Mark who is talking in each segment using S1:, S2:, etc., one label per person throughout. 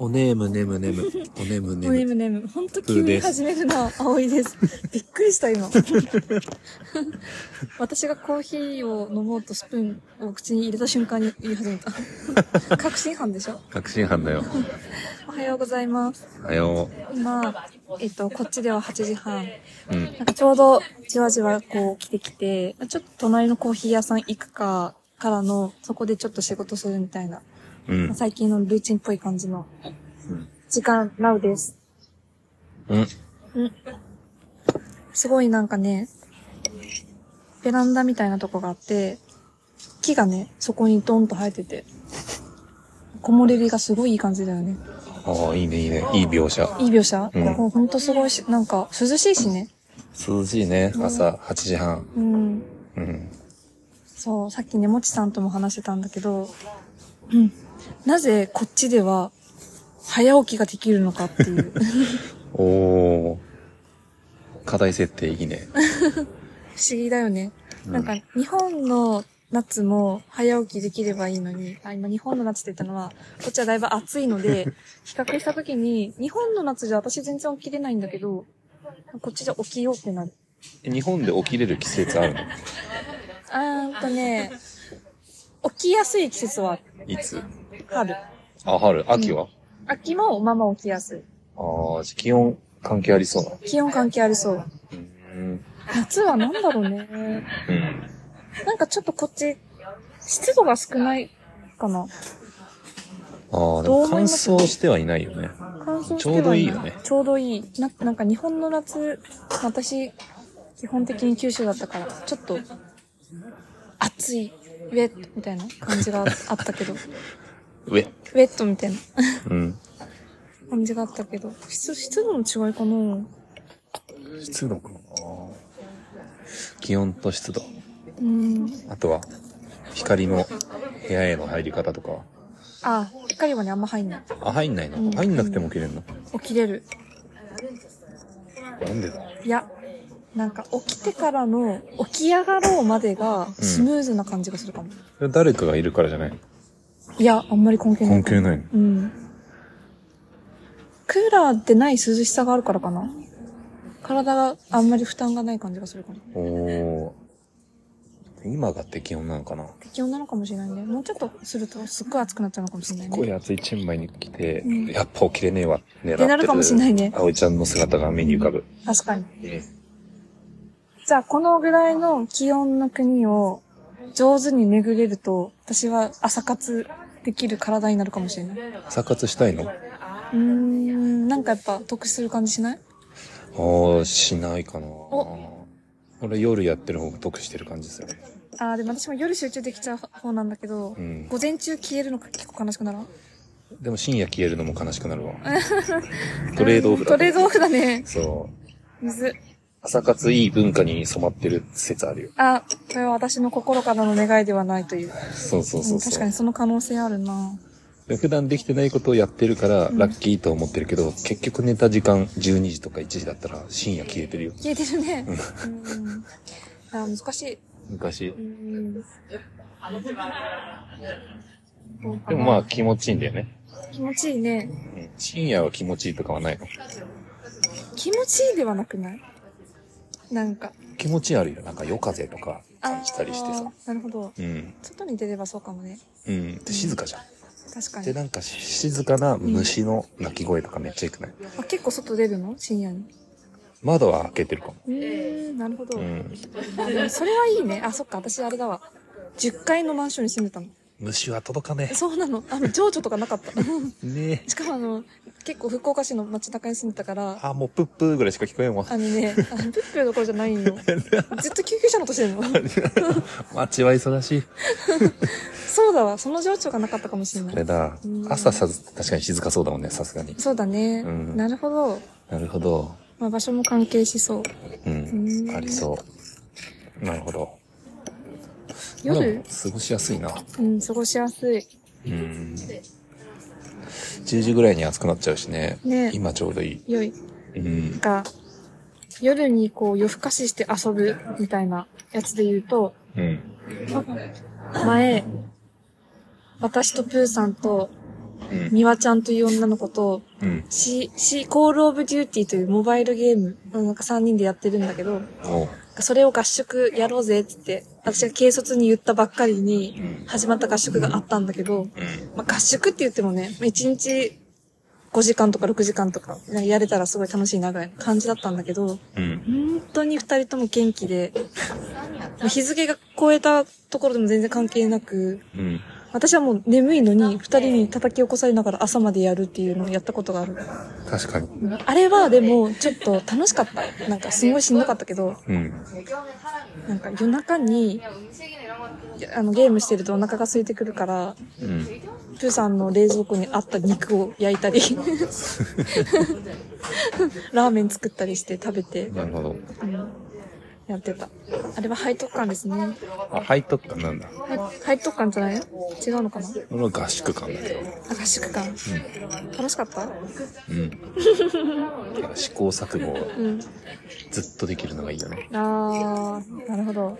S1: おねむねむねむ。おねむね
S2: もうね
S1: む。
S2: むねむ。ほんと
S1: 普
S2: 急
S1: 通
S2: に
S1: です
S2: 始めるな、葵です。 びっくりした、今。 私がコーヒーを飲もうとスプーンを口に入れた瞬間に言い始めた。 確信犯でしょ
S1: 確信犯だよ。
S2: おはようございます。
S1: おはよ
S2: 今、えっと、こっちでは8時半。
S1: う。うん。
S2: なんかちょうどじわじわこう来てきて、ちょっと隣のコーヒー屋さん行くかからの、そこでちょっと仕事するみたいな、
S1: うん。
S2: 最近のルーチンっぽい感じの
S1: うん
S2: 時間、ラウです。
S1: うん。
S2: すごいなんかね、ベランダみたいなとこがあって、木がね、そこにドンと生えてて、木漏れ日がすごいいい感じだよね。
S1: ああ、いいね、いいね。いい描写。
S2: いい描写、
S1: うん
S2: ここほんとすごいし、なんか涼しいしね。
S1: 涼しいね。朝8時半。
S2: うん。
S1: うん。
S2: そう、さっきね、もちさんとも話してたんだけど、うん。なぜこっちでは早起きができるのかっていう。
S1: おお。課題設定いいね。
S2: 不思議だよね。
S1: うん
S2: なんか、日本の夏も早起きできればいいのに、あ、今日本の夏って言ったのは、こっちはだいぶ暑いの で、比較した時に、日本の夏じゃ私全然起きれないんだけど、こっちじゃ起きようってなる。
S1: 日本で起きれる季節あるの
S2: あーんとね、起きやすい季節はい
S1: つ
S2: 春。
S1: あ、春秋は、
S2: 秋もまあまあ起きやすい。
S1: ああ、じゃあ気温関係ありそうな。
S2: 気温関係ありそう。
S1: うん。
S2: 夏はなんだろうね。
S1: うん。
S2: なんかちょっとこっち、湿度が少ないかな。
S1: ああ、でも
S2: どう思い
S1: 乾
S2: ます
S1: 燥してはいないよね。
S2: 乾燥してはな
S1: ちょうどいいよね
S2: ちょうどいい。な、なんか日本の夏、私、基本的に九州だったから、ちょっと、暑い、ウェットみたいな感じがあったけど、ウ
S1: 上。
S2: ェットみたいな
S1: うん。
S2: 感じがあったけど、湿湿度の違いかな
S1: 湿度かな気温と湿度。
S2: うん。
S1: あとは、光の部屋への入り方とか。
S2: あ、光はね、あんま入んない。
S1: あ、入んないの、
S2: うん
S1: 入んなくても起きれるの
S2: 起きれる。
S1: なんでだ
S2: いや、なんか起きてからの、起き上がろうまでが、スムーズな感じがするかも。
S1: それ誰かがいるからじゃない
S2: いや、あんまり関係ない。
S1: 関係ないの
S2: うん。クーラーってない涼しさがあるからかな体があんまり負担がない感じがするかな。
S1: おー。今がって気温なのかな
S2: 適温なのかもしれないね。もうちょっとするとすっごい暑くなっちゃうのかもしれない
S1: すっごい
S2: ね。
S1: 暑いチェンマイに来て、
S2: うん
S1: やっぱ起きれねえわってな
S2: ってなるかもしれないね
S1: 葵ちゃんの姿が目に浮かぶ。
S2: 確かに。じゃあ、このぐらいの気温の国を上手に巡れると、私は朝活できる体になるかもしれない。う
S1: 朝活したいの
S2: ーん、なんかやっぱ得する感じしない
S1: ああ、しないかな。俺夜やってる方が得してる感じする。
S2: あー、でも私も夜集中できちゃう方なんだけど、
S1: うん
S2: 午前中消えるのが結構悲しくならん
S1: でも深夜消えるのも悲しくな るわ。トレードオフだ。
S2: トレードオフだね。
S1: そう。
S2: 水。
S1: 朝活いい文化に染まってる説あるよ。
S2: あ、これは私の心からの願いではないという。
S1: そうそうそううん
S2: 確
S1: そ
S2: か
S1: う
S2: に。その可能性あるな。
S1: で普段できてないことをやってるからラッキーと思ってるけど、結局寝た時間12時とか1時だったら深夜消えてるよ。
S2: 消えてるね。うん。あ難しい。
S1: 昔
S2: う。ん。
S1: でもまあ気持ちいいんだよね。
S2: 気持ちいいね。
S1: うん深夜は気持ちいいとかはないの
S2: 気持ちいいではなくないなんか。
S1: 気持ちあるよ。なんか夜風とか感じたりしてさ。
S2: ーなるほど。
S1: うん。
S2: 外に出ればそうかもね。
S1: うん。で、静かじゃん。
S2: 確か
S1: で、
S2: に。
S1: なんか静かな虫の鳴き声とかめっちゃ良くない
S2: あ結構外出るの深夜に。
S1: 窓は開けてるかも。
S2: うーん、なるほど。
S1: うん。
S2: あでもそれはいいね。あ、そっか。私あれだわ。10階のマンションに住んでたの。
S1: 虫は届かね
S2: そうなの。あの、情緒とかなかった。
S1: え。ねえ。
S2: しかもあの、結構福岡市の街中に住んでたから、
S1: あ、もうプップーぐらいしか聞こえんわ。
S2: あのね、あのプップーどころじゃないよ。ずっと救急車の音してるの。
S1: 街は忙しい。
S2: そうだわ、その情緒がなかったかもしれ
S1: あ
S2: な
S1: れ
S2: い。
S1: だ
S2: う。ん
S1: 朝さ、確かに静かそうだもんね、さすがに。
S2: そうだね。
S1: うん
S2: なるほど。
S1: なるほど。
S2: まあ場所も関係しそう。
S1: う
S2: うん
S1: ん。ありそう。なるほど。で
S2: 夜
S1: も過ごしやすいな。
S2: うん、過ごしやすい。
S1: うん。10時ぐらいに暑くなっちゃうしね。
S2: ね
S1: 今ちょうどいい。
S2: 良い。
S1: うん。
S2: が、夜にこう夜更かしして遊ぶみたいなやつで言うと、
S1: うん。
S2: 前、私とプーさんと
S1: うん。
S2: ミワちゃんという女の子と、
S1: うん。
S2: シ、シ、コールオブデューティーというモバイルゲーム、うんなんか3人でやってるんだけど、
S1: おう。
S2: それを合宿やろうぜって言って、私が軽率に言ったばっかり
S1: う
S2: に、
S1: ん。
S2: 始まった合宿があったんだけど、
S1: うん。
S2: まあ、合宿って言ってもね、1日5時間とか6時間とか、なんかやれたらすごい楽しいなぐらいの感じだったんだけど、
S1: うん。
S2: 本当に二人とも元気で、もう日付が超えたところでも全然関係なく、
S1: うん。
S2: 私はもう眠いのに二人に叩き起こされながら朝までやるっていうのをやったことがある。
S1: 確かに。
S2: あれはでもちょっと楽しかった。なんかすごいしんどかったけど、
S1: うん。
S2: なんか夜中に、いやあのゲームしてるとお腹が空いてくるから、
S1: うん。
S2: プーさんの冷蔵庫にあった肉を焼いたり、ラーメン作ったりして食べて、
S1: なるほど。
S2: うんやってた。あれは背徳感ですね。
S1: あ、背徳感なんだ。
S2: 背背徳感じゃないよ違うのかな
S1: 俺は合宿感だけど。
S2: あ合宿感。楽しかった
S1: うん。 試行錯誤を
S2: うん。
S1: ずっとできるのがいいよね。
S2: あー、なるほど。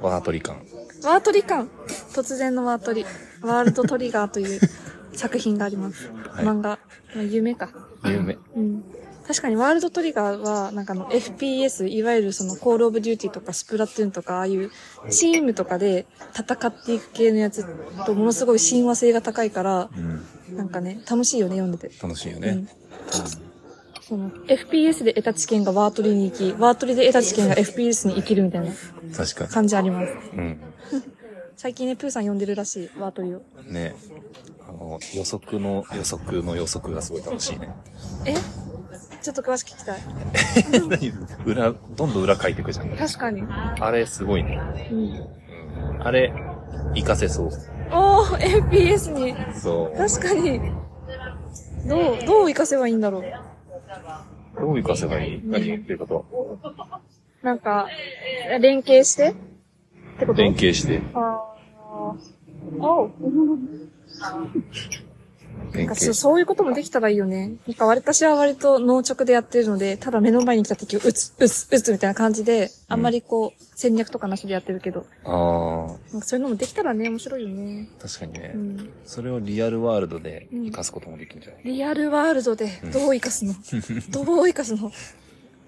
S1: ワートリ感。
S2: ワートリ感。突然のワートリ。ワールドトリガーという作品があります。
S1: い
S2: 漫画。まあ夢か。
S1: 夢。
S2: うん。確かにワールドトリガーは、なんかあの FPS、いわゆるそのコールオブデューティーとかスプラトゥーンとか、ああいうチームとかで戦っていく系のやつとものすごい親和性が高いから、
S1: うん。
S2: なんかね、楽しいよね、読んでて。
S1: 楽しいよ
S2: う
S1: ね
S2: ん。その FPS で得た知見がワートリに行き、ワートリで得た知見が FPS に生きるみたいな
S1: 確か
S2: 感じあります。
S1: に。うん。
S2: 最近ね、プーさん呼んでるらしい、ワートリを。
S1: ねあの、予測の予測の予測がすごい楽しいね。
S2: えちょっと詳しく聞きたい。
S1: 裏、どんどん裏書いていくじゃん。
S2: 確かに。う
S1: あれすごいね。
S2: ん。
S1: うんあれ、活かせそう。
S2: おー、FPS に。
S1: そう。
S2: 確かに。どう、どう活かせばいいんだろう。
S1: どう活かせばいい何言ってること
S2: なんか、連携してってこと
S1: 連携して。
S2: あーおう
S1: 連
S2: なんか
S1: 携
S2: そう
S1: し
S2: そういうこともできたらいいよね。なんか割私は割と脳直でやってるので、ただ目の前に来た敵を撃つ、撃つ、撃つみたいな感じで、あんまりこう、戦略とかなしでやってるけど、
S1: ああ、
S2: なんかそういうのもできたらね、面白いよね。
S1: 確かにね
S2: う。ん。
S1: それをリアルワールドで活かすこともできるんじゃない
S2: リアルワールドで、どう生 かすの、どう生かすの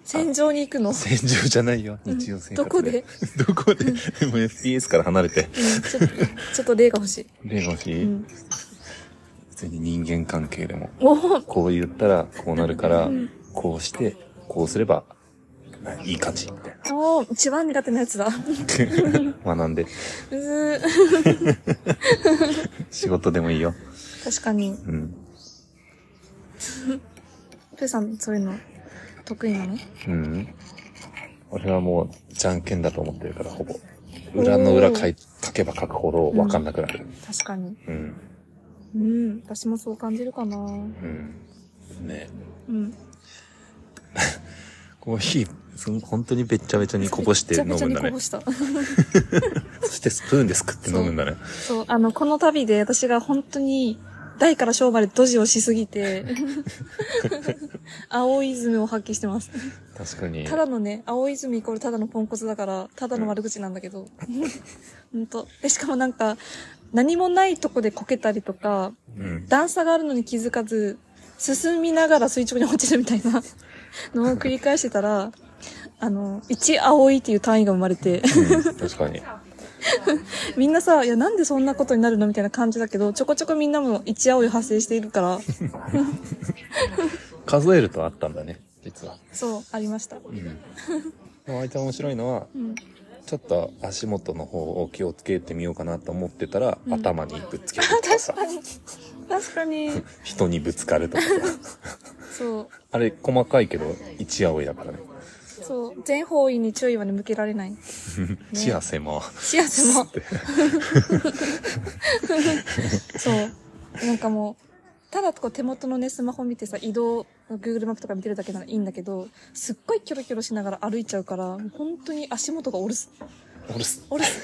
S2: 戦場に行くの、うん、ち
S1: 戦場じゃないよ、日常生活
S2: どこで
S1: どこででも FPS から離れて。
S2: ょ っとちょっと例が欲しい。
S1: レゴシ
S2: う
S1: ー
S2: ん、
S1: 普通に人間関係でも。
S2: おお
S1: こう言ったらこうなるから
S2: うん、
S1: こうして、こうすれば、いい勝ち、みたい
S2: おー一番苦手なやつだ。
S1: な。学んで。
S2: うずー
S1: 仕事でもいいよ。
S2: 確かに。
S1: うん。
S2: プーさん、そういうの、得意なの
S1: うん。俺はもう、じゃんけんだと思ってるから、ほぼ。裏の裏書い書けば書くほど分かんなくなる。
S2: 確かに。
S1: うん。
S2: うん、私もそう感じるかな。
S1: うん。ね
S2: うん。
S1: コーヒー、その本当にべっちゃべちゃにこぼして飲むんだ
S2: めちゃめちゃにこ
S1: ね
S2: ぼ。した。
S1: そしてスプーンですくって飲むんだね。
S2: そう、あの、この旅で私が本当に、大から小までドジをしす ぎて、 青いズムを発揮してます。
S1: 確かに
S2: た。だのね、青いズムイコールただのポンコツだから、ただの悪口なんだけど。 ほんと。で、しかもなんか、何もないとこでこけたりとか、
S1: うん。
S2: 段差があるのに気づかず、進みながら垂直に落ちるみたいな のを繰り返してたら、あの、1青いっていう単位が生まれて、
S1: うん確かに。
S2: みんなさ、いや、なんでそんなことになるのみたいな感じだけど、ちょこちょこみんなも1青い発生しているから、
S1: 数えるとあったんだね、実は。
S2: そう、ありました。
S1: うん。でもあいつは面白いのは、
S2: うん。
S1: ちょっと足元の方を気をつけてみようかなと思ってたら、
S2: うん
S1: 頭にぶつけ
S2: あ
S1: るとか
S2: 確
S1: さ、
S2: かに。確かに。
S1: 人にぶつかるとかさ。
S2: そう。
S1: あれ、細かいけど、一青いだからね。
S2: そう。全方位に注意はね、向けられない。
S1: 視野狭。
S2: 幸せも。そう。なんかもう、ただこう手元のね、スマホ見てさ、移動、Google マップとか見てるだけならいいんだけど、すっごいキョロキョロしながら歩いちゃうから、もう本当に足元がおるす、
S1: 俺す
S2: おるす。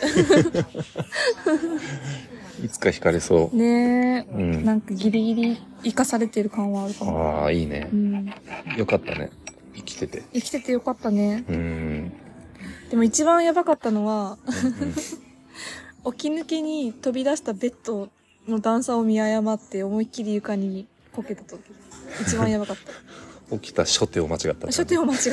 S1: いつか惹かれそ
S2: ねえ、
S1: うん
S2: なんかギリギリ生かされてる感はあるか
S1: う。
S2: も。
S1: ああ、いいね
S2: う。ん。
S1: よかったね。生きてて。
S2: 生きててよかったね。
S1: うーん。
S2: でも一番やばかったのは、
S1: うん
S2: 起き抜けに飛び出したベッドの段差を見誤って思いっきり床にこけた時。一番やばかっ
S1: 起きた初手を間違った。
S2: た。初手を間 違った。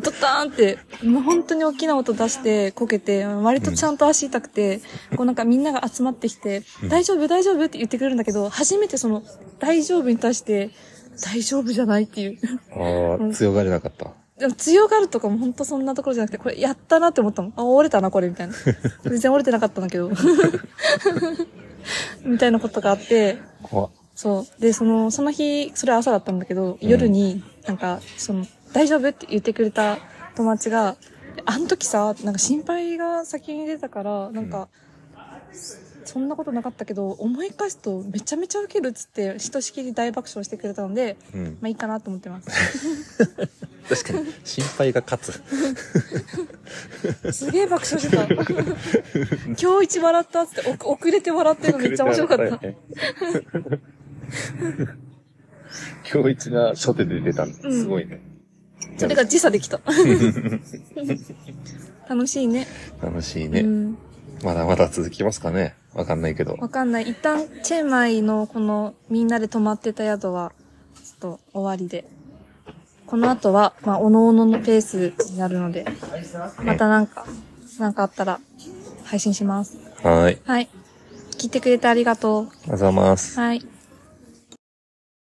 S2: ドターンって、もう本当に大きな音出してこけて、割とちゃんと足痛くて、こうなんかみんなが集まってきて、大丈夫大丈夫って言ってくれるんだけど、初めてその、大丈夫に対して、大丈夫じゃないっていう。
S1: ああ、強がれなかった。
S2: でも強がるとかも本当そんなところじゃなくて、これやったなって思ったもん。あ、折れたな、これ、みた いな。全然折れてなかったんだけど。 みたいなことがあって、
S1: 怖っ
S2: そう。で、その、その日、それは朝だったんだけど、夜に、なんか、その、大丈夫って言ってくれた友達が、あの時さ、なんか心配が先に出たから、なんか、そんなことなかったけど、思い返すとめちゃめちゃウケるっつって、ひとしきり大爆笑してくれたので、
S1: うん。
S2: まあいいかなと思ってます。
S1: 確かに、心配が勝つ。
S2: すげえ爆笑して た。今日一笑ったっつって、お遅れて笑ってるのめっちゃ面白 かった。
S1: 今日一が初手で出たん
S2: うん
S1: すごいね。
S2: それが時差でき た。楽しいね。
S1: 楽しいね。
S2: うん。
S1: まだまだ続きますかねわかんないけど。
S2: わかんない。一旦、チェンマイのこの、みんなで泊まってた宿は、ちょっと終わりで。この後は、まあ、おのおののペースになるので、またなんか、なんかあったら、配信します。
S1: はーい。
S2: はい。聞いてくれてありがと
S1: あざます
S2: う。。はい。